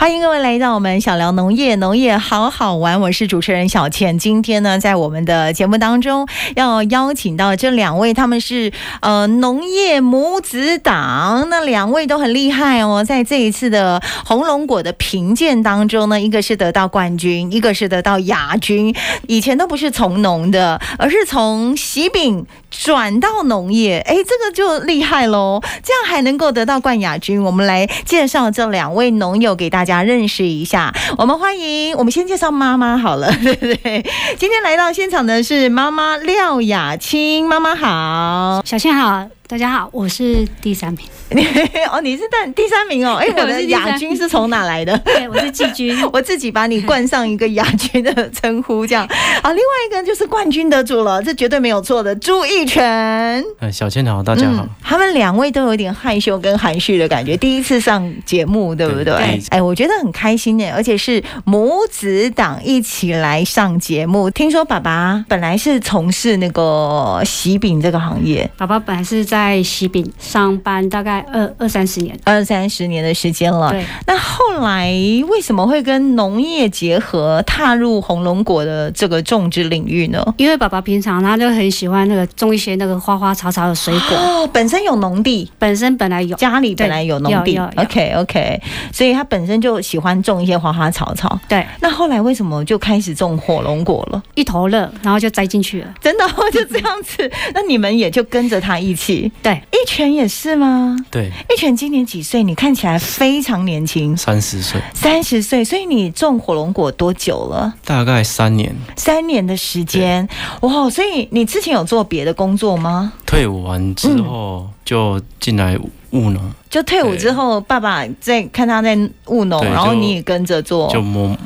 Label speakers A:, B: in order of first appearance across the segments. A: 欢迎各位来到我们小聊农业，农业好好玩。我是主持人小倩。今天呢，在我们的节目当中，要邀请到这两位，他们是呃农业母子党，那两位都很厉害哦。在这一次的红龙果的评鉴当中呢，一个是得到冠军，一个是得到亚军。以前都不是从农的，而是从喜饼转到农业，哎，这个就厉害喽。这样还能够得到冠亚军。我们来介绍这两位农友给大家认识一下。我们欢迎，我们先介绍妈妈好了， 对不对？今天来到现场的是妈妈廖雅青，妈妈好。
B: 小倩好，大家好，我是第三名，
A: 哦，你是但第三名 哦，哎，我
B: 对我是
A: 的
B: 第三
A: 亚军是从哪来的？
B: 对，我是季军，
A: 我自己把你冠上一个亚军的称呼，这样啊。另外一个就是冠军得主了，这绝对没有错的，朱义全。
C: 呃，小倩好，大家好。
A: 嗯，他们两位都有点害羞跟含蓄的感觉，第一次上节目，对不对？
C: 对对
A: 哎，我觉得很开心耶，而且是母子党一起来上节目。听说爸爸本来是从事那个喜饼这个行业。
B: 爸爸本来是在喜饼上班，大概二二三十年，
A: 二三十年的时间了，
B: 对，
A: 那后来为什么会跟农业结合，踏入红龙果的这个种植领域呢？
B: 因为爸爸平常他就很喜欢那个种一些那个花花草草的水果，
A: 哦，本身有农地，
B: 本身本 来有，
A: 家里本
B: 对
A: 来有农地
B: 有有有
A: ，OK OK，所以他本身就喜欢种一些花花草草。
B: 对，
A: 那后来为什么就开始种火龙果了？
B: 一头热，然后就栽进去了，
A: 真的、哦、就这样 子？那你们也就跟着他一起？
B: 对，
A: 一拳也是吗？
C: 对，
A: 一拳今年几岁？你看起来非常年轻，
C: 三十岁，
A: 三十岁。所以你种火龙果多久了？
C: 大概三年，
A: 三年的时间。哇，所以你之前有做别的工作吗？
C: 退伍完之后就进来务农，
A: 就退伍
C: 对
A: 之后，爸爸在看他在务农，
C: 对
A: 然后
C: 就
A: 你也跟着做，
C: 就摸，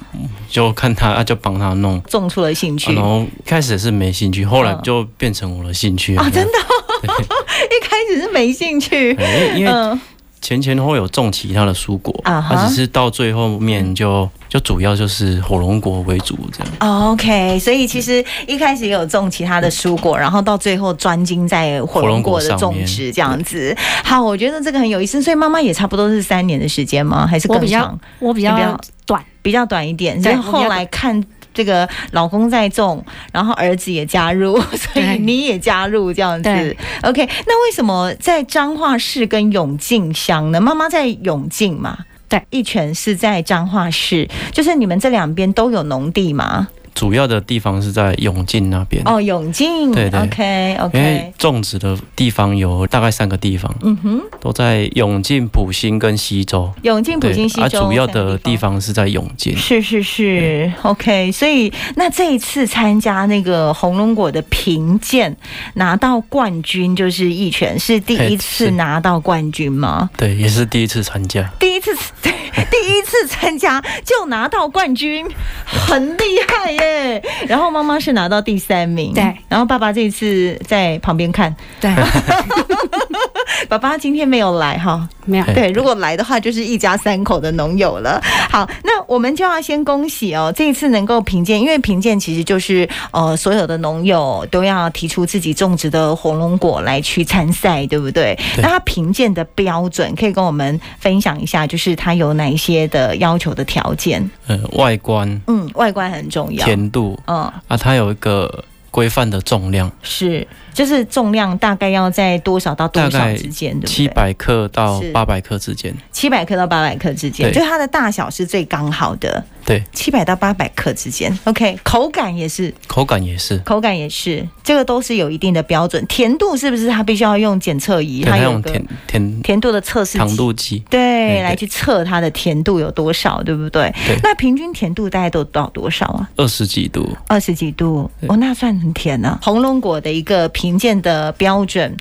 C: 就看他，啊，就帮他弄。
A: 种出了兴
C: 啊
A: 趣。
C: 然后一开始是没兴趣，后来
A: 嗯
C: 就变成我的兴趣了
A: 啊，真的、哦 一开始是没兴趣。
C: 对哎因为因为
A: 嗯，
C: 前前后后有种其他的蔬果，
A: 啊哈
C: 啊，只是到最后面就就主要就是火龙果为主这样。
A: 哦 OK，所以其实一开始也有种其他的蔬果，然后到最后专精在火龙果的种植这样子。好，我觉得这个很有意思。所以妈妈也差不多是三年的时间吗？还是
B: 我
A: 更
B: 比较
A: 长？
B: 我比
A: 你比较
B: 较短，
A: 比较短一点。所
B: 对
A: 以
B: 我比较短
A: 后来看这个老公在种，然后儿子也加入， 所以
B: 对
A: 你也加入这样子
B: 对。
A: OK，那为什么在彰化市跟永靖乡呢？妈妈在永靖嘛？
B: 对，
A: 一拳是在彰化市，就是你们这两边都有农地嘛？
C: 主要的地方是在永靖那边，
A: 哦，永靖，
C: 对对
A: o k
C: 因为
A: OK，
C: 种植的地方有大概三个地方，
A: 嗯哼，
C: 都在永靖、普兴跟西州。
A: 永靖、普
C: 对，
A: 京、西
C: 啊、
A: 州、
C: 主要的地。方是在永靖。
A: 是是是，OK，所以那这一次参加那个红龙果的评鉴，拿到冠军就是一拳，是第一
C: 嘿
A: 次
C: 是
A: 拿到冠军吗？
C: 对，也是第一次参加。
A: 第一次， 对，第一次参加就拿到冠军，很厉害耶！然后妈妈是拿到第三名，
B: 对，
A: 然后爸爸这一次在旁边看，
B: 对，
A: 爸爸今天没有来哈，
B: 没有，
C: 对
A: 对，如果来的话，就是一家三口的农友了。好，那我们就要先恭喜哦，这一次能够评鉴，因为评鉴其实就是呃，所有的农友都要提出自己种植的火龙果来去参赛，对不对？
C: 对
A: 那它评鉴的标准可以跟我们分享一下，就是它有哪一些的要求的条件？
C: 呃，外观、
A: 嗯，外观很重要。
C: 甜度
A: 嗯，
C: 啊，它有一个规范的重量，
A: 是，就是重量大概要在多少到多
C: 大
A: 少
C: 概
A: 之间，对不对？
C: 七百克到
A: 是
C: 八百克之间。
A: 七百克到八百克之间，
C: 对
A: 就它的大小是最刚好的。
C: 对，
A: 七百到八百克之间。OK，口感也是，
C: 口感也是，
A: 口感也是，这个都是有一定的标准。甜度是不是它必须要用检测仪？
C: 对，它
A: 有
C: 用
A: 一个
C: 甜甜
A: 甜度的测试
C: 糖
A: 器。
C: 度计，
A: 对，
C: 对
A: 来去测它的甜度有多少，对不对？
C: 对
A: 那平均甜度大概都到多少啊？
C: 二十几度。
A: 二十几度，
C: 对
A: 哦，那算很甜
C: 啊
A: 了、红龙果的一个评鉴的标准，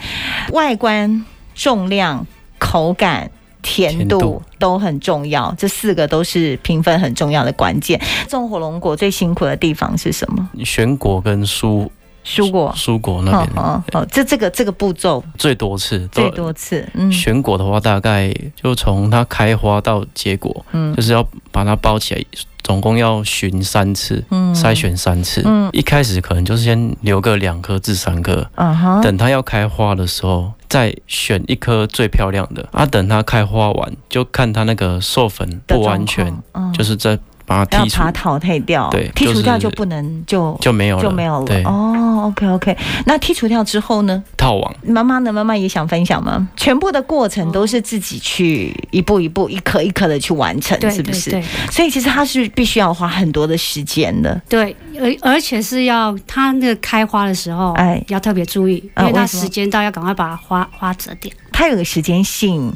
A: 外观、重量、口感。甜
C: 甜
A: 度
C: 度
A: 都很重要，这四个都是评分很重要的关键。种火龙果最辛苦的地方是什么？
C: 选果跟蔬
A: 蔬果。
C: 蔬果那边、
A: 哦哦，这这个这个步骤
C: 最多次，
A: 嗯最多次，嗯
C: 选果的话，大概就从它开花到结果，
A: 嗯
C: 就是要把它包起来，总共要巡三次，
A: 嗯，
C: 筛，选三次。
A: 嗯
C: 一开始可能就是先留个两颗至三颗，
A: 啊哈，
C: 等它要开花的时候再选一颗最漂亮的。啊，等它开花完就看它那个授粉
A: 的
C: 不完全
A: 状，况，嗯
C: 就是再把它
A: 要
C: 剔除
A: 把它淘汰掉，
C: 对
A: 剔除掉
C: 就
A: 就是不能就
C: 就没有了，
A: 就没有了
C: 对，。
A: 哦，OK OK，那剔除掉之后呢？
C: 套网。
A: 妈妈呢？妈妈也想分享吗？全部的过程都是自己去一步一步、一颗一颗的去完成，
B: 对
A: 是不
B: 对
A: 是？
B: 对
A: 所以其实它是必须要花很多的时间的。
B: 对，而而且是要它那个开花的时候，
A: 哎
B: 要特别注意，
A: 啊
B: 因为它
A: 为什么
B: 时间到要赶快把花花折掉。
A: 它有个时间性，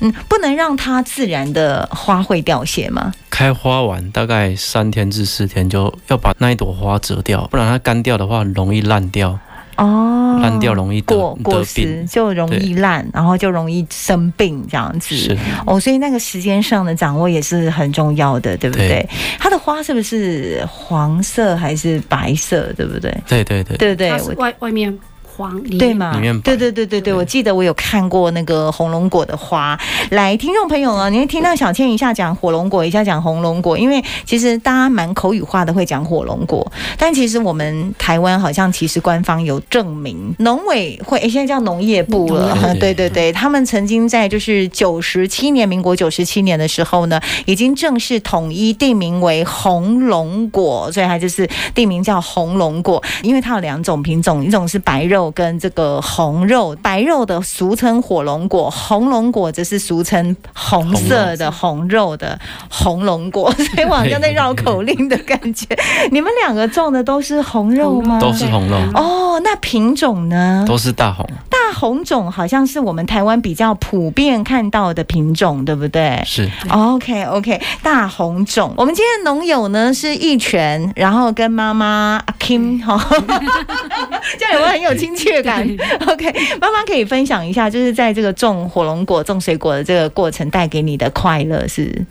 A: 嗯，不能让它自然的花卉凋谢嘛。
C: 开花完大概三天至四天就要把那一朵花折掉，不然它干掉的话容易烂掉，
A: 哦，
C: 烂掉容易得
A: 果果
C: 得
A: 实
C: 病。
A: 就容易烂，然后就容易生病这样子。
C: 是，
A: 哦，所以那个时间上的掌握也是很重要的，对不对？
C: 对
A: 它的花是不是黄色还是白色，对不对？
C: 对对对，
A: 对对
B: 它
A: 我
B: 是外外面黄，里
A: 对
B: 面
A: 嘛
C: 里面？白
A: 对对对对对，我记得我有看过那个红龙果的花。来，听众朋友啊，你会听到小倩一下讲火龙果，一下讲红龙果，因为其实大家蛮口语化的会讲火龙果，但其实我们台湾好像其实官方有证明，农委会、诶现在叫农业部了，
C: 农业部 嗯
A: 对对对，他们曾经在就是九十七年，民国九十七年的时候呢，已经正式统一定名为红龙果，所以它就是地名叫红龙果，因为它有两种品种，一种是白肉跟这个红肉，白肉的俗称火龙果，红龙果则是俗称红色的红肉的红龙果， 所以我好像在绕口令的感觉。你们两个种的都是红肉吗？
C: 都是红肉
B: 对
A: 哦，那品种呢？
C: 都是大红，
A: 大红种好像是我们台湾比较普遍看到的品种，对不对？
C: 是
A: OK OK，大红种。我们今天的农友呢是一拳，然后跟妈妈阿 Kim 哈， 这样有没有很有亲切感？OK，妈妈可以分享一下，就是在这个种火龙果、种水果的这个过程带给你的快乐是，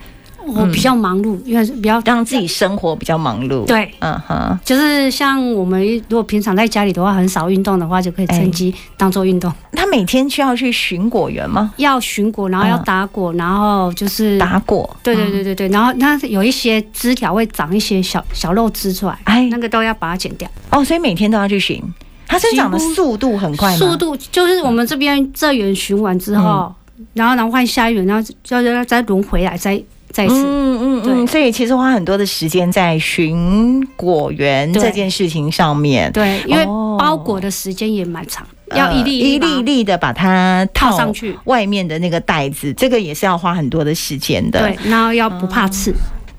B: 我比
A: 嗯
B: 较忙碌，因为比较
A: 让自己生活比较忙碌。，
B: 对。
A: 嗯哼，
B: 就是像我们如果平常在家里的话，很少运动的话，就可以
A: 哎
B: 趁机当做运动。
A: 他每天需要去寻果园吗？
B: 要巡果，然后要
A: 嗯
B: 打果，然后就是
A: 打果？嗯
B: 对对对对对，然后那有一些枝条会长一些小小肉枝出来，
A: 哎
B: 那个都要把它剪掉。
A: 哦，所以每天都要去寻。它生长的
B: 几乎
A: 速度很快吗？
B: 速度就是我们这边这园巡完之后，
A: 嗯
B: 然后然后换下一园，然后就要再轮回来，再再一次。
A: 嗯嗯嗯，
B: 对
A: 所以其实花很多的时间在寻果园
B: 对
A: 这件事情上面，
B: 对，因为
A: 哦呃
B: 包裹的时间也蛮长，要一粒
A: 一粒一哦
B: 粒
A: 粒的把它
B: 把它
A: 套
B: 套上。去。
A: 外面的那个袋子，这个也是要花很多的时间的，
B: 对，然后要不
A: 哦
B: 怕刺，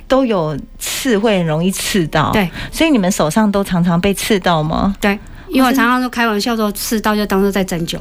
A: 都有刺会很容易刺到，
B: 对，
A: 所以你们手上都常常被刺到吗？
B: 因为我常常都开玩笑说刺到就当做在针灸。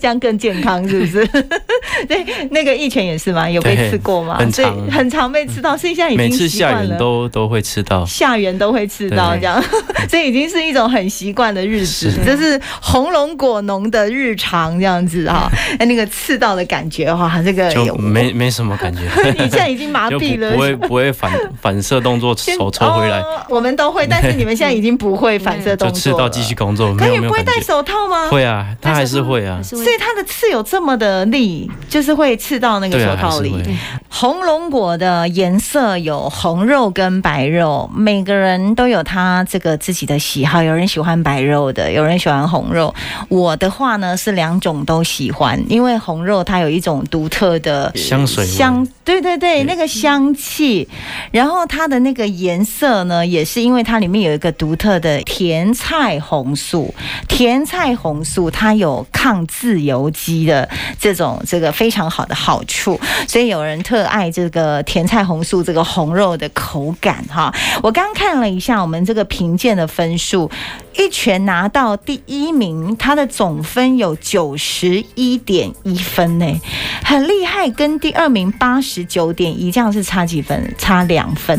A: 这样更健康是不是？ 对，那个以前也是吗？有被
C: 对
A: 刺过吗？
C: 很
A: 所
C: 常
A: 以很常被刺到，所以现在已经
C: 每次
A: 习惯
C: 下园
A: 了
C: 都都会吃到，
A: 下园都会吃到这样， 所以已经是一种很习惯的日子，
B: 是
A: 这是红龙果农的日常这样子 哈。哎，那个刺到的感觉哇，这个
C: 就没没什么感觉，
A: 你现在已经麻
C: 就
A: 痹
C: 不
A: 了
C: 不。会不会反反射 动作，
A: 先
C: 手抽回来
A: 哦我们都会，但是你们现在已经不 会反射
C: 就
A: 动
C: 吃
A: 作
C: 到
A: 了。
C: 继续工作，
A: 可
C: 没
A: 你
C: 有没
A: 不
C: 有
A: 会
C: 感
A: 戴
C: 觉。
A: 手套吗？
C: 会啊，它还是会啊
B: 还，是
A: 所
B: 会
A: 以它的刺有这么的力，就是会刺到那个
C: 对
A: 手
C: 啊，还
A: 套
C: 是
A: 里。
C: 会。
A: 红龙果的颜色有红肉跟白肉，每个人都有他这个自己的喜好，有人喜欢白肉的，有人喜欢红肉。我的话呢是两种都喜欢，因为红肉它有一种独特的
C: 香水味
A: 香，对对对，
C: 对
A: 那个香气。然后它的那个颜色呢，也是因为它里面有一个独特的甜菜红素，甜菜红素它有抗自由基的这种这个非常好的好处，所以有人特爱这个甜菜红素这个红肉的口感哈。我刚看了一下我们这个评鉴的分数，一拳拿到第一名，它的总分有九十一点一分呢、很厉害，跟第二名八十九点一，这样是差几分？差两分。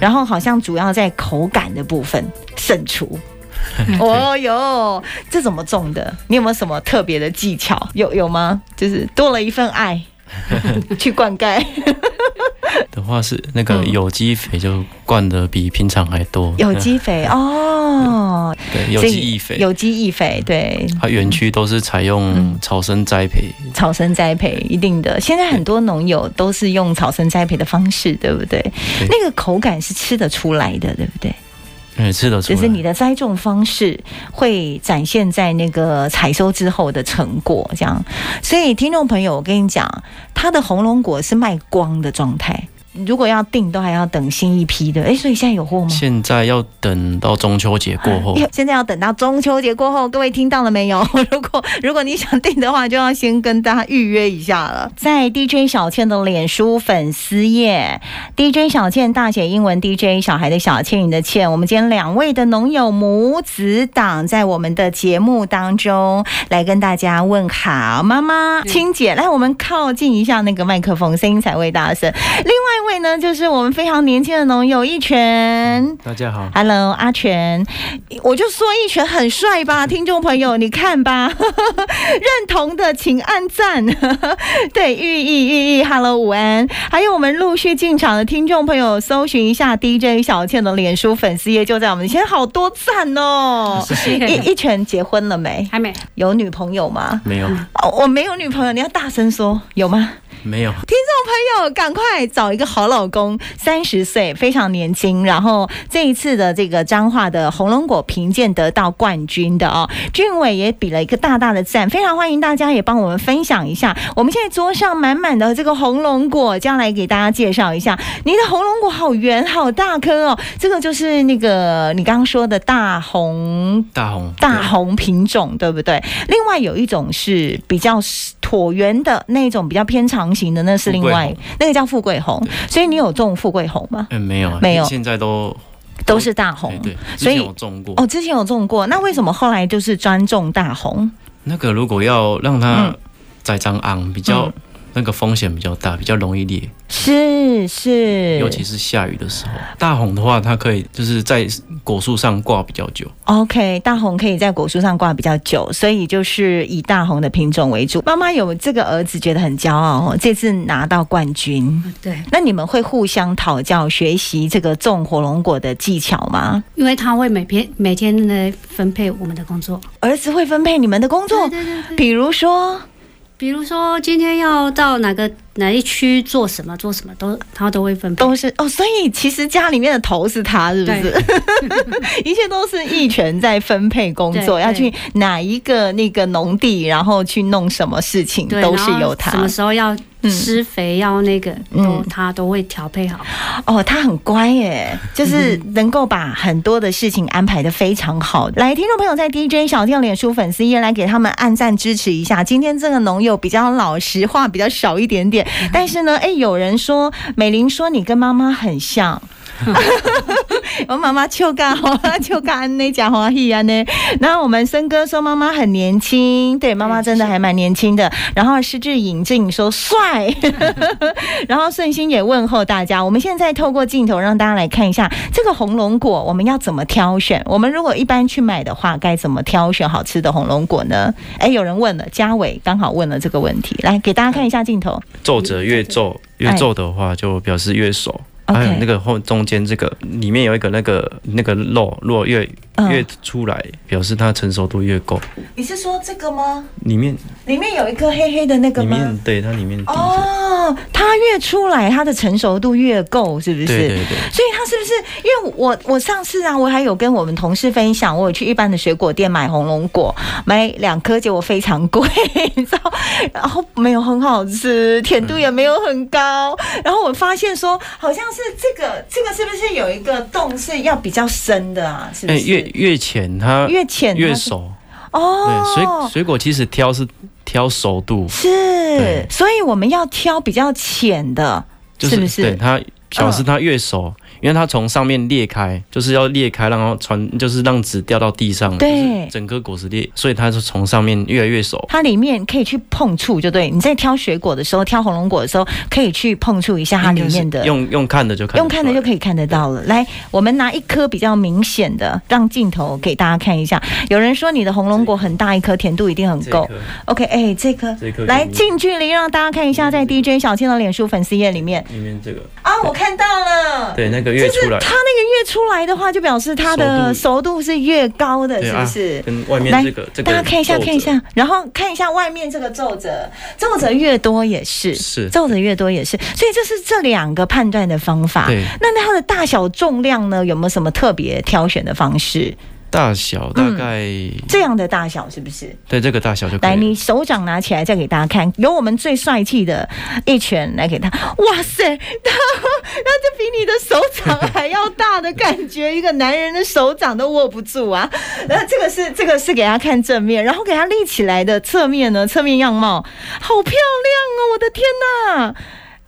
A: 然后好像主要在口感的部分胜出。哦哟，这怎么种的？你有没有什么特别的技巧？有有吗？就是多了一份爱去灌溉，
C: 的话是那个
A: 嗯
C: 有机肥就灌的比平常还多，
A: 有机肥哦。哦，
C: 对，有
A: 所以
C: 机嗯易肥。
A: 有嗯机易肥，对，
C: 它园区都是采用草生栽培，
A: 草生栽培一定的。现在很多农友都是用草生栽培的方式，对不对？那个口感是吃得出来的，对不对？
C: 嗯，吃得出
A: 只
C: 来。
A: 是你的栽种方式会展现在那个采收之后的成果，这样。所以听众朋友，我跟你讲，它的红龙果是卖光的状态，如果要订都还要等新一批的。诶，所以现在有货吗？
C: 现在要等到中秋节过后，
A: 因为哎现在要等到中秋节过后，各位听到了没有？ 如果如果你想订的话，就要先跟大家预约一下了。在 DJ 小倩的脸书粉丝页，DJ 小倩大写英文 DJ 小孩的小倩，你的倩。我们今天两位的农友母子档在我们的节目当中来跟大家问好，妈妈、青姐，来我们靠近一下那个麦克风，声音才会大声。另外一位呢，就是我们非常年轻的农友一拳。
C: 大家好，
A: Hello，阿全，我就说一拳很帅 吧，听众朋友，你看吧， 认同的请按赞。 对，寓意寓意，Hello，午安。还有我们陆续进场的听众朋友，搜寻一下 DJ 小倩的脸书粉丝页，就在我们现在好多赞哦。
B: 谢谢。
A: 一一拳结婚了没？
B: 还没，
A: 有女朋友吗？
C: 没有，
A: 哦，我没有女朋友，你要大声说，有吗？
C: 没有，
A: 要赶快找一个好老公，三十岁非常年轻，然后这一次的这个彰化的红龙果评鉴得到冠军的哦，俊伟也比了一个大大的赞，非常欢迎大家也帮我们分享一下，我们现在桌上满满的这个红龙果，将来给大家介绍一下，您的红龙果好圆好大颗哦，这个就是那个你刚刚说的大红
C: 大红，
A: 大红品种，对不对？另外有一种是比较椭圆的那种，比较偏长型的，那是另外
C: 富贵
A: 那个叫富贵红。所以你有种富贵红吗？
C: 嗯，没有，
A: 没有
C: 现在都
A: 都是大红
C: 对。对，之
A: 所以
C: 前有种过。
A: 哦，之前有种过，那为什么后来就是专种大红？
C: 那个如果要让它
A: 嗯
C: 栽赃昂，比较、
A: 嗯
C: 那个风险比较大，比较容易裂，
A: 是是，
C: 尤其是下雨的时候。大红的话，它可以就是在果树上挂比较久。
A: OK，大红可以在果树上挂比较久，所以就是以大红的品种为主。妈妈有这个儿子觉得很骄傲哦，这次拿到冠军。
B: 对，
A: 那你们会互相讨教学习这个种火龙果的技巧吗？
B: 因为他会每天每天来分配我们的工作。
A: 儿子会分配你们的工作，
B: 对对对对，
A: 比如说，
B: 比如说今天要到哪个哪一区做什么做什么，都他都会分配。
A: 都是哦，所以其实家里面的头是他，是不是？一切都是一拳在分配工作，
B: 对
A: 要去哪一个那个农地，然后去弄什么事情，
B: 对，
A: 都是
B: 然后
A: 由
B: 什么
A: 他。
B: 时候要施肥，要那个，
A: 嗯
B: 都他都会调配好。
A: 哦，他很乖耶，
B: 嗯
A: 就是能够把很多的事情安排的非常好。来，听众朋友在 DJ 小店脸书粉丝页来给他们按赞支持一下。今天这个农友比较老实，话比较少一点点，
B: 嗯
A: 但是呢，哎，有人说 美玲说你跟妈妈很像。 我妈妈秋干好啊，秋干安内讲欢喜安呢。然后我们森哥说妈妈很年轻，对，妈妈真的还蛮年轻的。然后施志颖志颖说帅， 然后顺心也问候大家。我们现在透过镜头让大家来看一下这个红龙果，我们要怎么挑选？我们如果一般去买的话，该怎么挑选好吃的红龙果呢？哎，有人问了，嘉伟刚好问了这个问题，来给大家看一下镜头。
C: 皱褶越皱，越皱的话就表示越熟。
A: 嗯哎 OK
C: 还有那个后中间这个里面有一个那个那个肉，如果越
A: 嗯
C: 越出来，表示它成熟度越够。
A: 你是说这个吗？
C: 里面
A: 里面有一个黑黑的那个
C: 里
A: 吗？
C: 面对它里面底下，
A: 哦，它越出来，它的成熟度越够，是不是？
C: 对对对，
A: 所以它是不是？因为我我上次啊，我还有跟我们同事分享，我有去一般的水果店买红龙果，买两颗，结果非常贵，你知道，然后哦没有很好吃，甜度也没有很高。然后我发现说，好像是这个这个是不是有一个洞是要比较深的啊？是不
C: 哎
A: 是？
C: 越越浅它
A: 越浅它
C: 越
A: 是
C: 熟。对，水
A: 哦，
C: 水果其实挑是挑熟度，
A: 是
C: 对，
A: 所以我们要挑比较浅的，
C: 就是
A: 不是？嗯
C: 对它表示它越熟，因为它从上面裂开，就是要裂开，然后传就是让籽掉到地上，
A: 对
C: 就是整颗果实裂，所以它是从上面越来越熟。
A: 它里面可以去碰触，就对。你在挑水果的时候，挑红龙果的时候，可以去碰触一下它啊里面的，
C: 用用看的就看得
A: 用看的
C: 出
A: 就
C: 来
A: 可以看得到了。来，我们拿一颗比较明显的，让镜头给大家看一下。有人说你的红龙果很大一颗，甜度一定很够。OK，哎、这颗
C: 这颗这颗
A: 来
C: 里面
A: 近距离让大家看一下，在 DJ 小倩的脸书粉丝页里面
C: 里面这个
A: 啊，我看看到了。
C: 对，那个
A: 就
C: 月
A: 是
C: 出来，
A: 它那个月出来的话，就表示它的熟度是越高的，
C: 对
A: 是
C: 啊
A: 不是？
C: 跟外面
A: 来
C: 这个这个
A: 大家看一下，
C: 皱褶
A: 看一下，然后看一下外面这个皱褶，皱褶越多也是，
C: 是
A: 皱褶越多也是，所以这是这两个判断的方法。
C: 对
A: 那它的大小、重量呢，有没有什么特别挑选的方式？
C: 大小大概、
A: 这样的大小是不是？
C: 对这个大小就
A: 嗯
C: 可
A: 来，
C: 以了。
A: 你手掌拿起来，再给大家看，由我们最帅气的一拳来给他。哇塞，他 那这比你的手掌还要大的感觉，一个男人的手掌都握不住啊。 那这个是这个是给他看正面，然后给他立起来的侧面呢，侧面样貌好漂亮哦！我的天哪！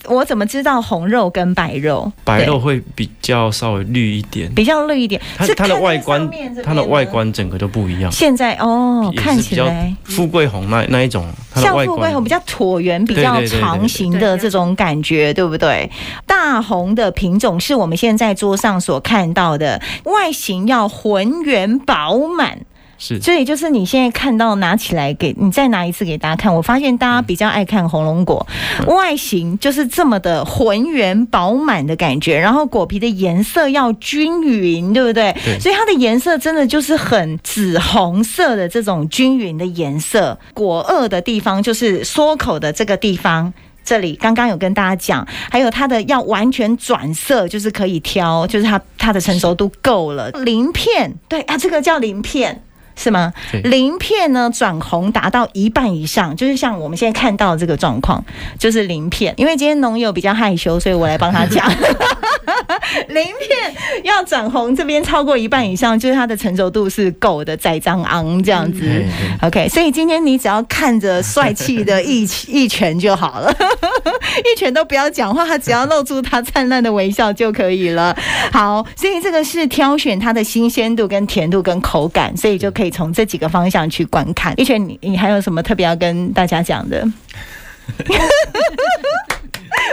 A: 我怎么知道红肉跟白肉？
C: 白肉
A: 对
C: 会比较稍微绿一点，
A: 比较绿一点，
C: 它
A: 是
C: 它的
A: 看
C: 外
A: 在
C: 观
A: 上面这，
C: 它的
A: 边
C: 外
A: 呢。
C: 观整个就不一样，
A: 现在哦，
C: 也
A: 看
C: 是
A: 起
C: 比较
A: 来
C: 富贵红那那一种，它的
A: 像
C: 外
A: 富贵
C: 观
A: 红比较椭圆、比较长形
B: 对对
A: 的
B: 对对
A: 这种感觉，对不对？大红的品种是我们现在桌上所看到的，外形要浑圆饱满。
C: 是
A: 所以就是你现在看到拿起来给你再拿一次给大家看，我发现大家比较爱看红龙果，
C: 嗯
A: 外形就是这么的浑圆饱满的感觉，然后果皮的颜色要均匀，对不对？
C: 对
A: 所以它的颜色真的就是很紫红色的这种均匀的颜色。果萼的地方就是缩口的这个地方。这里刚刚有跟大家讲，还有它的要完全转色，就是可以挑，就是它它的成熟度够了。鳞片，对啊，这个叫鳞片是吗？
C: 对
A: 鳞片呢转红达到一半以上，就是像我们现在看到的这个状况，就是鳞片。因为今天农友比较害羞，所以我来帮他讲。 鳞片要转红，这边超过一半以上，就是它的成熟度是够的，栽赃昂这样子。
C: 嘿嘿
A: OK，所以今天你只要看着帅气的一 一拳就好了， 一拳都不要讲话，只要露出他灿烂的微笑就可以了。 好，所以这个是挑选它的新鲜度、跟甜度、跟口感，所以就可以从这几个方向去观看。一拳，你你还有什么特别要跟大家讲的？妈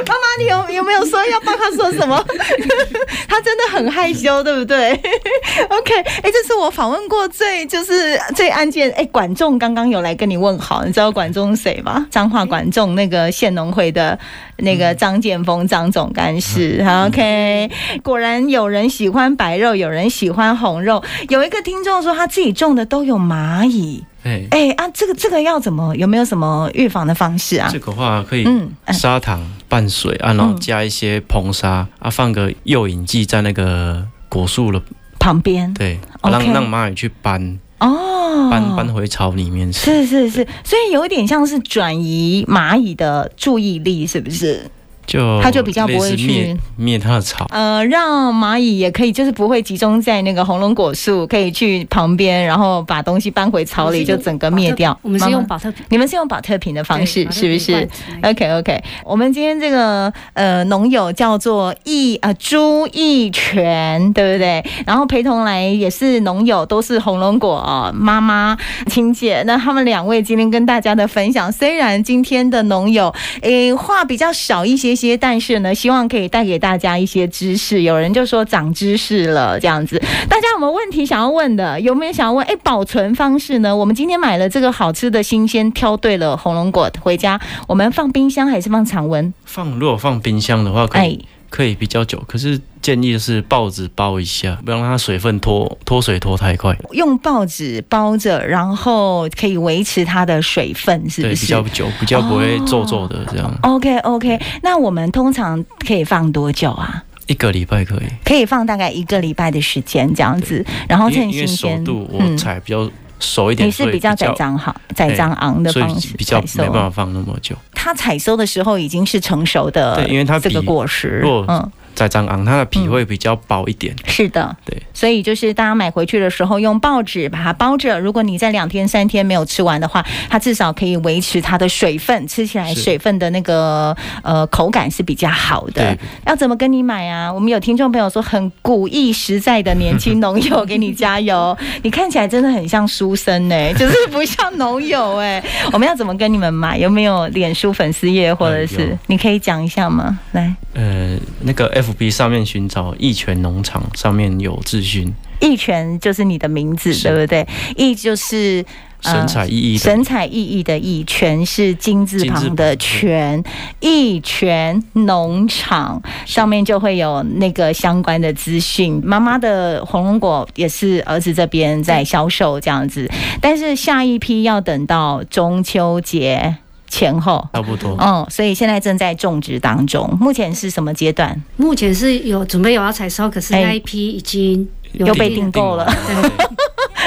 A: 妈，你有有没有说要帮他说什么？ 他真的很害羞，对不对？OK，哎、这是我访问过最就是最案件。哎、管仲刚刚有来跟你问好，你知道管仲谁吗？彰化管仲那个县农会的那个张建峰张总干事。好 OK，果然有人喜欢白肉，有人喜欢红肉。有一个听众说他自己种的都有蚂蚁。
C: 嘿
A: 哎、啊，这个这个要怎么有没有什么预防的方式啊
C: 这？个话可以
A: 嗯嗯
C: 砂糖拌水啊，然后加一些硼砂啊，放个诱引剂在那个果树的
A: 旁边
C: 对，啊
A: OK
C: 让让蚂蚁去搬
A: 哦，
C: 搬搬回巢里面
A: 是
C: 吃。
A: 是是，所以有点像是转移蚂蚁的注意力，是不是？
C: 就
A: 它就比较不会
C: 哦类似灭灭它的草，
A: 呃，让蚂蚁也可以，就是不会集中在那个红龙果树，可以去旁边，然后把东西搬回巢里，就整个灭掉。
B: 我们
A: 妈
B: 是
A: 妈
B: 用保特瓶
A: 你们是用保特瓶的方式，是不是？？
B: 对
A: OK OK，我们今天这个呃农友叫做义啊、朱义全，对不对？然后陪同来也是农友，都是红龙果、哦、妈妈青姐。那他们两位今天跟大家的分享，虽然今天的农友诶话比较少一些些，但是呢，希望可以带给大家一些知识。有人就说长知识了这样子，大家有没有问题想要问的？有没有想要问？哎，保存方式呢？我们今天买了这个好吃的新鲜，挑对了红龙果回家，我们放冰箱还是放常温？
C: 放如果放冰箱的话，可
A: 哎
C: 以、可以比较久，可是建议是报纸包一下，不要让它水分脱脱水脱太快，
A: 用报纸包着，然后可以维持它的水分，是
C: 对，
A: 不
C: 比
A: 是哦
C: 较久，比较不会皱皱的这样。
A: ？OK OK，那我们通常可以放多久啊？
C: 一个礼拜可以，
A: 可以放大概一个礼拜的时间这样子，然后
C: 因为
A: 趁
C: 因为
A: 新
C: 熟
A: 鲜。嗯
C: 度我采比较熟一点，
A: 你是
C: 所以
A: 比较栽赃好、栽赃昂的
C: 所
A: 方
C: 以
A: 式
C: 比较
A: 采
C: 没办
A: 收
C: 法。放那么久。
A: 它采收的时候已经是成熟的，
C: 对因为它
A: 这个
C: 比
A: 果实
C: 如，果
A: 嗯，
C: 栽赃昂，它的皮会比较薄一点，
A: 是的，
C: 对，
A: 所以就是大家买回去的时候用报纸把它包着，如果你在两天三天没有吃完的话，它至少可以维持它的水分，吃起来
C: 是
A: 水分的那个呃口感是比较好的
C: 对。
A: 要怎么跟你买啊？我们有听众朋友说很古意实在的年轻农友，给你加 油！你看起来真的很像书生哎、就是不像农友哎、我们要怎么跟你们买？有没有脸书粉丝页或者
C: 嗯
A: 是
C: 有
A: 你可以讲一下吗？来，
C: 呃，那个 FB 上面寻找益泉农场上面有资讯，
A: 义全就是你的名字，
C: 是
A: 对不对？义就是
C: 神采奕奕
A: 嗯
C: 的，
A: 神采奕奕的奕，全是金字旁的全，一全农场上面就会有那个相关的资讯。妈妈的火龙果也是儿子这边在销售这样子，但是下一批要等到中秋节前后。
C: 差不多。
A: 嗯，所以现在正在种植当中，目前是什么阶段？
B: 目前是有准备有要采收，可是
A: 哎
B: 那一批已经
A: 又被订购了
C: 订完。对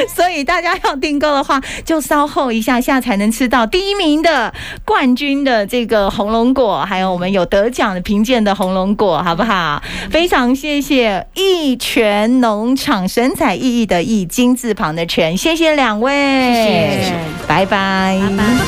A: 所以大家要订购的话，就稍后一下下才能吃到第一名的冠军的这个红龙果，还有我们有得奖的评鉴的红龙果，好不好？非常谢谢益全农场神采奕奕的奕金字旁的全，谢谢两位，
B: 谢谢
A: 拜拜
B: 拜拜